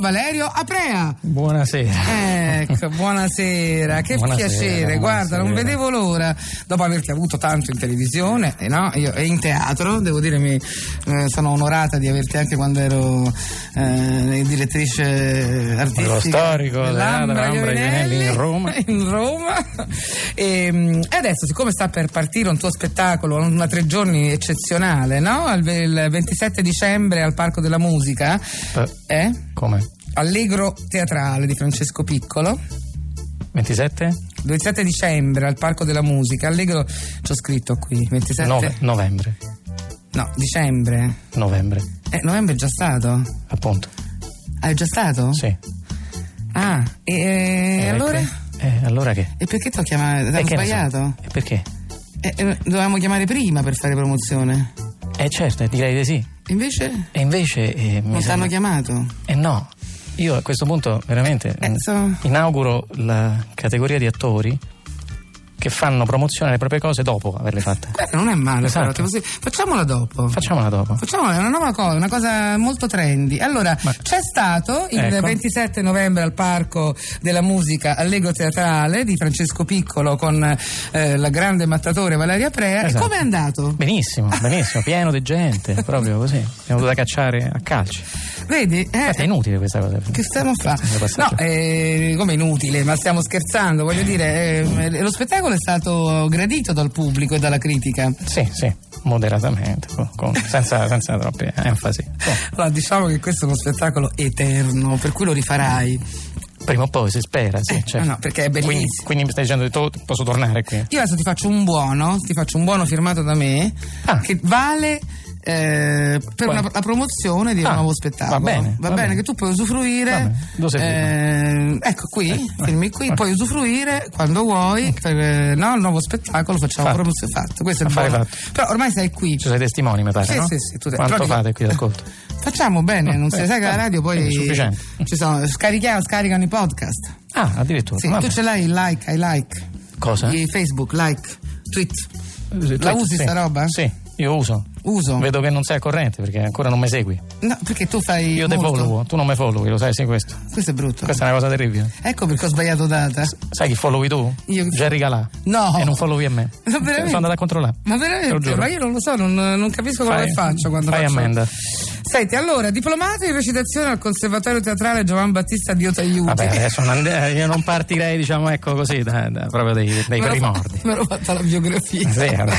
Valerio Aprea. Buonasera. Ecco, buonasera, che Buonasera, piacere, guarda, non buonasera. vedevo l'ora, dopo averti avuto tanto in televisione e, no, io- e in teatro, devo dire, mi, eh, sono onorata di averti anche quando ero eh, direttrice artistica. Lo storico dell'Ambra Leonardo Ambra Ionelli, Ionelli in Roma. in Roma. E, mm, e adesso, siccome sta per partire un tuo spettacolo, una tre giorni eccezionale, no? Al- Il 27 dicembre al Parco della Musica, Eh, eh? Come? Allegro teatrale di Francesco Piccolo. 27? 27 dicembre al Parco della Musica. Allegro, c'ho scritto qui. 27 Nove- novembre. No, dicembre. Novembre, Eh, novembre è già stato. appunto. Ah, è già stato? Sì. Ah, e, e Eh, allora? che- Eh, allora che? E perché ti ho chiamato? Ti Eh, ho che ne so? sbagliato? Eh, perché? Eh, eh, dovevamo chiamare prima per fare promozione. Eh certo, direi di sì. Invece? E invece eh, mi non ti hanno sembra- chiamato. Eh no. Io a questo punto veramente Eh, mm, so- inauguro la categoria di attori che fanno promozione alle proprie cose dopo averle fatte. Guarda, non è male, Esatto. però, che così- Facciamola dopo. Facciamola dopo. Facciamo una nuova cosa, una cosa molto trendy. Allora, c'è stato il Ecco. 27 novembre al Parco della Musica Allego Teatrale di Francesco Piccolo con eh, la grande mattatore Valeria Prea. E Esatto. com'è andato? Benissimo, benissimo, pieno di gente, proprio così. Abbiamo dovuto cacciare a calci. Vedi? Eh, Infatti è inutile questa cosa. Che stiamo a fare? Stiamo No, passando. eh, come inutile, ma stiamo scherzando, voglio dire, eh, lo spettacolo è stato gradito dal pubblico e dalla critica. Sì, sì, moderatamente, con- con- senza, senza troppe enfasi. Oh, Allora, diciamo che questo è uno spettacolo eterno, per cui lo rifarai. prima o poi si spera, sì. Eh, certo. no, no, perché è Quindi, bellissimo. quindi mi stai dicendo che tu posso tornare qui? Io adesso ti faccio un buono, ti faccio un buono firmato da me, Ah. che vale eh, per Poi. una- la promozione di un Ah, nuovo spettacolo. va bene, va bene, bene. che tu puoi Va usufruire. bene, dove sei eh, ecco qui, firmi qui, puoi usufruire quando vuoi, per, eh, no, il nuovo spettacolo facciamo Mm. Fatto. promozione. Fatto, questo è il Affare buono. fatto. Però ormai sei qui. Ci sei testimoni, mi pare, Sì, no? sì, sì, tu te- Quanto però dico- fate qui d'ascolto? Facciamo bene, non si beh, sai che la beh, radio poi Eh, è sufficiente. ci sono, scarichiamo, scaricano i podcast. Ah, addirittura. Sì, vabbè. tu ce l'hai il like, I like. Cosa? I Facebook, like, tweet. Eh, La tu- usi sì. sta roba? Sì, io uso. Uso. Vedo che non sei a corrente perché ancora non mi segui. No, perché tu fai. Io te molto. followo, tu non mi followi, lo sai, sì, questo. Questo è brutto. Questa è una cosa terribile. Ecco perché ho sbagliato data. Sai chi followi tu? Io- Jerry Calà. No. E non followi a me. Ma veramente? Sono andato a controllare. Ma Te lo veramente? giuro. Ma io non lo so, non, non capisco quello Fai- che faccio quando fai faccio. ammenda. Senti, allora, diplomato in recitazione al Conservatorio Teatrale Giovan Battista Dio Tagliuti. Vabbè, adesso non and- io non partirei, diciamo, ecco così, da, da- proprio dei, dei Me l'ho primordi. fa- Me l'ho fatta la biografia. Sì, vabbè.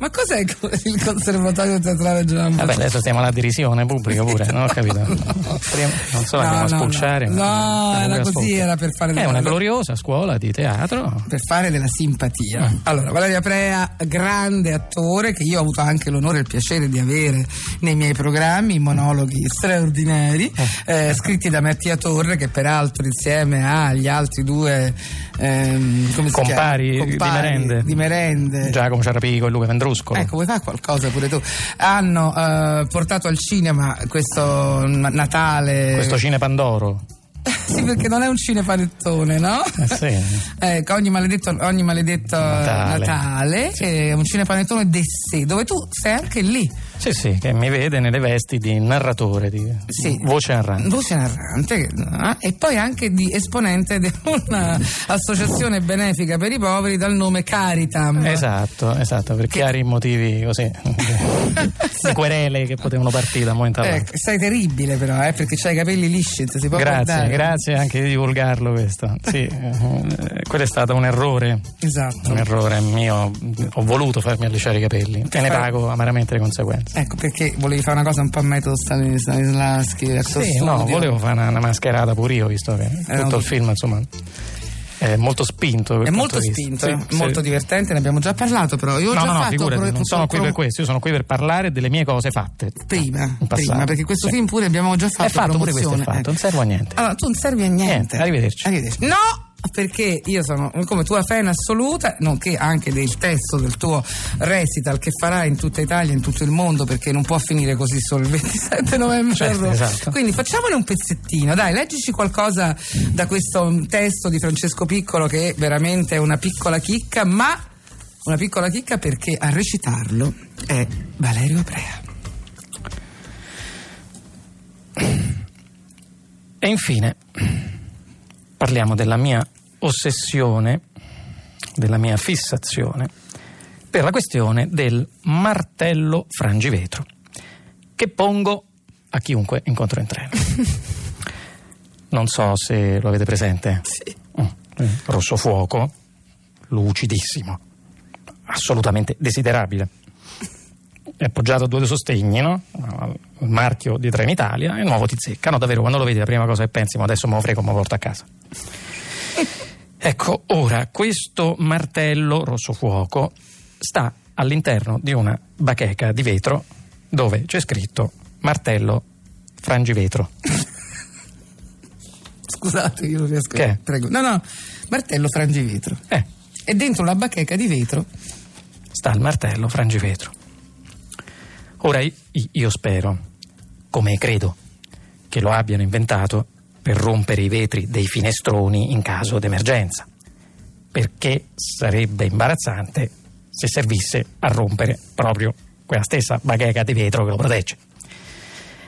Ma cos'è il co- il Conservatorio Teatrale Giovan Vabbè, Battista? adesso stiamo alla derisione pubblica pure, non ho capito. Prima- non so, la andiamo a spulciare. No, ma- era pure a così, spulciare. era per fare È una gloriosa scuola di teatro. per fare della simpatia. Mm. Allora, Valeria Prea, grande attore che io ho avuto anche l'onore e il piacere di avere nei miei programmi, monologhi straordinari, Mm. eh, scritti da Mattia Torre, che peraltro insieme agli altri due ehm, come si Compari chiama? di merende. di merende. Giacomo Ciarapico e Luca Vendruscolo. Eh. Ecco, vuoi fare qualcosa pure tu? Hanno eh, portato al cinema questo n- Natale. Questo Cine Pandoro. sì, perché non è un cinepanettone, no? Eh, sì. Ecco, ogni maledetto, ogni maledetto Natale, Natale. è un cinepanettone d'essè, dove tu sei anche lì, Sì, sì, che mi vede nelle vesti di narratore, di Sì. Mm, voce narrante. voce narrante, che- ah, e poi anche di esponente di un'associazione benefica per i poveri dal nome Caritam. Esatto, esatto, per chiari motivi così di querele che potevano partire da un momento all'altro. Ecco, sei terribile però, eh, perché c'hai i capelli lisci, ti si può Grazie, guardare. grazie anche di divulgarlo questo. Sì, eh, quello è stato un errore. Esatto. Un errore mio, ho voluto farmi allisciare i capelli e fai? ne pago amaramente le conseguenze. Ecco perché volevi fare una cosa un po' a metodo Stanis- Stanislavski, Actor Sì, no, Studio. Eh, volevo fare una, una mascherata pure io, visto che tutto no. il film, insomma, è molto spinto. È per quel molto punto di spinto, vista. è Sì, molto sì. divertente, ne abbiamo già parlato però. Io ho No, già no, no, fatto figurati, pro- non sono qui pro- per questo, io sono qui per parlare delle mie cose fatte. Prima, In passato. prima, perché questo Sì. film pure abbiamo già fatto. È fatto pure questo, è promozione, fatto, ecco. non serve a niente. Allora, tu non servi a niente. Niente, arrivederci. Arrivederci. No! Perché io sono come tua fan assoluta, nonché anche del testo del tuo recital che farai in tutta Italia, in tutto il mondo, perché non può finire così solo il 27 novembre. a Certo, Roma. esatto. Quindi facciamone un pezzettino, dai, leggici qualcosa da questo testo di Francesco Piccolo che è veramente una piccola chicca, ma una piccola chicca perché a recitarlo è Valerio Aprea. E infine parliamo della mia ossessione, della mia fissazione per la questione del martello frangivetro che pongo a chiunque incontro in treno. Non so se lo avete presente. Sì. Mm, eh, Rosso fuoco, lucidissimo, assolutamente desiderabile. È appoggiato a due sostegni, no? Al al marchio di Trenitalia, e nuovo ti zecca. No, davvero, quando lo vedi la prima cosa che pensi, ma adesso me lo frego, me lo porto a casa. Ecco, ora, questo martello rosso fuoco sta all'interno di una bacheca di vetro dove c'è scritto martello frangivetro. Scusate, io non riesco. Che? Prego. No, no, martello frangivetro. Eh, E dentro la bacheca di vetro. sta il martello frangivetro. Ora i- i- io spero, come credo, che lo abbiano inventato per rompere i vetri dei finestroni in caso d'emergenza, perché sarebbe imbarazzante se servisse a rompere proprio quella stessa bacheca di vetro che lo protegge.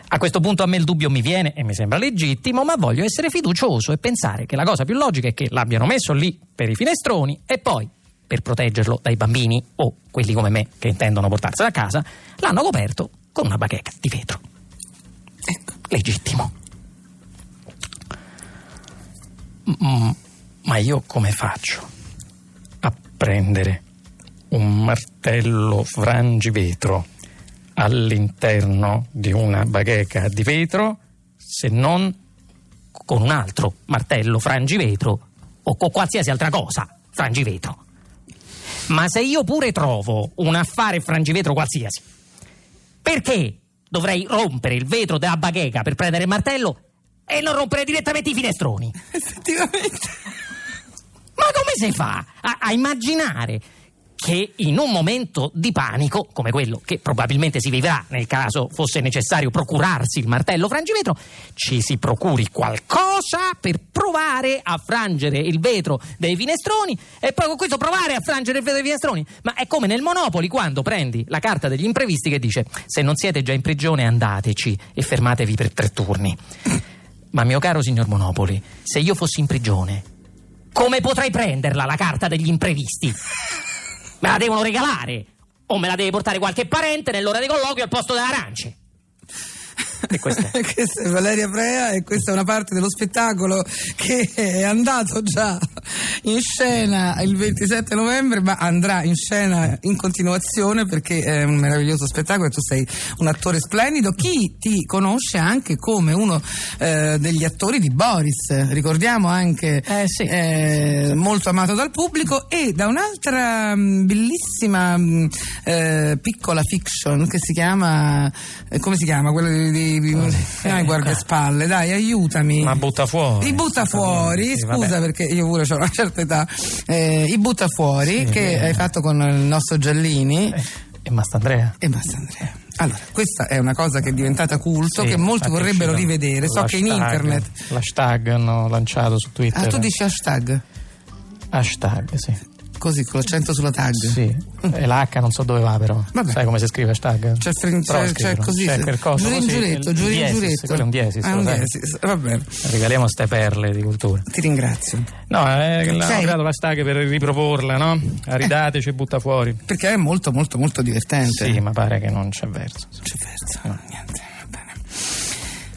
A questo punto a me il dubbio mi viene e mi sembra legittimo, ma voglio essere fiducioso e pensare che la cosa più logica è che l'abbiano messo lì per i finestroni e poi, per proteggerlo dai bambini o quelli come me che intendono portarsela a casa, l'hanno coperto con una bacheca di vetro. Ecco, legittimo. Mm, ma io come faccio a prendere un martello frangivetro all'interno di una bacheca di vetro se non con un altro martello frangivetro o con qualsiasi altra cosa frangivetro? Ma se io pure trovo un affare frangivetro qualsiasi, perché dovrei rompere il eh, vetro della bacheca per prendere il martello e non rompere direttamente i finestroni? Effettivamente. Ma come si fa a, a immaginare che in un momento di panico, come quello che probabilmente si vivrà nel caso fosse necessario procurarsi il martello frangivetro, ci si procuri qualcosa per provare a frangere il vetro dei finestroni e poi con questo provare a frangere il vetro dei finestroni? Ma è come nel Monopoli quando prendi la carta degli imprevisti che dice se non siete già in prigione andateci e fermatevi per tre turni. Ma mio caro signor Monopoli, se io fossi in prigione, come potrei prenderla la carta degli imprevisti? Me la devono regalare o me la deve portare qualche parente nell'ora di colloquio al posto delle arance. E questa è. Questa è Valeria Prea e questa è una parte dello spettacolo che è andato già in scena il 27 novembre ma andrà in scena in continuazione perché è un meraviglioso spettacolo e tu sei un attore splendido. Chi ti conosce anche come uno eh, degli attori di Boris, ricordiamo anche Eh, sì. eh, molto amato dal pubblico e da un'altra mh, bellissima mh, eh, piccola fiction che si chiama eh, come si chiama quella di, di, di non è guardaspalle dai aiutami butta fuori. i butta fuori, scusa perché io pure ho una certa età, eh, i butta fuori Sì, che eh. hai fatto con il nostro Giallini E Mastandrea? e basta Andrea. Allora, questa è una cosa che è diventata culto, Sì, che molti infatti vorrebbero uscito rivedere, so che in l'hashtag- internet... L'hashtag hanno lanciato su Twitter. Ah, tu dici hashtag, Hashtag, sì. così con l'accento sulla tag. Sì. E l'H non so dove va però. Mm. Vabbè. Sai come si scrive hashtag? C'è, fr- Prova a c'è, c'è cioè, scriverlo. così, C'è se- quel coso giurin Cioè, così, giuretto, il giurin diesis, giuretto. Quello è un diesis. Ah, lo un sai? diesis, va bene. Regaliamo ste perle di cultura. Ti ringrazio, No, eh, l'hanno Sei- Eh. creato la hashtag per riproporla, no? Ridateci e butta fuori. perché è molto molto molto divertente. Sì, ma pare che non c'è verso. C'è verso, no, niente, va bene.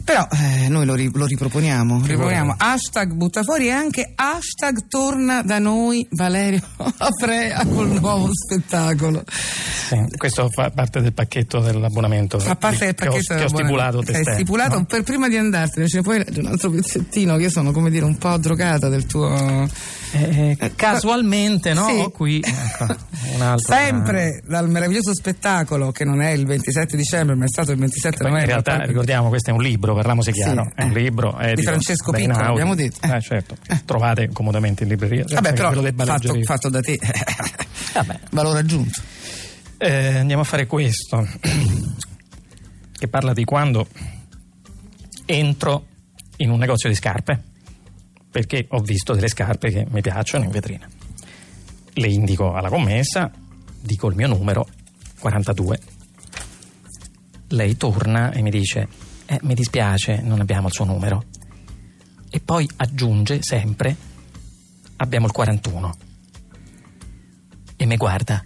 Però eh, noi lo, ri- lo riproponiamo, riproponiamo hashtag buttafuori e anche hashtag torna da noi Valerio Aprea col nuovo spettacolo. Sì, questo fa parte del pacchetto dell'abbonamento. Fa parte del che ho- pacchetto che ho, stipulato. Che testé, hai stipulato no? per prima di andartene, ce ne puoi leggere un altro pezzettino che io sono come dire un po' drogata del tuo... Eh, eh, casualmente, no? Sì. Ho qui ecco, un altro. Sempre dal meraviglioso spettacolo che non è il 27 dicembre ma è stato il 27 Poi in novembre. realtà ricordiamo, questo è un libro, parliamoci chiaro. Sì. È un libro Di edito Francesco da Piccolo, Einaudi. abbiamo detto. Eh. Eh, certo, trovate comodamente in libreria. senza Vabbè che però ve lo debba leggere fatto, io. fatto da te, Vabbè. valore aggiunto. Eh, andiamo a fare questo, che parla di quando entro in un negozio di scarpe, perché ho visto delle scarpe che mi piacciono in vetrina. Le indico alla commessa, dico il mio numero, 42. Lei torna e mi dice, "Eh, mi dispiace, non abbiamo il suo numero. E poi aggiunge sempre, abbiamo il 41. E me guarda,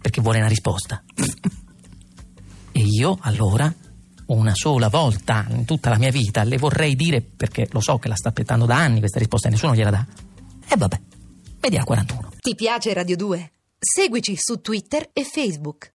perché vuole una risposta. e io allora, una sola volta in tutta la mia vita, le vorrei dire, perché lo so che la sta aspettando da anni questa risposta e nessuno gliela dà. E vabbè, vedi al 41. Ti piace Radio 2? Seguici su Twitter e Facebook.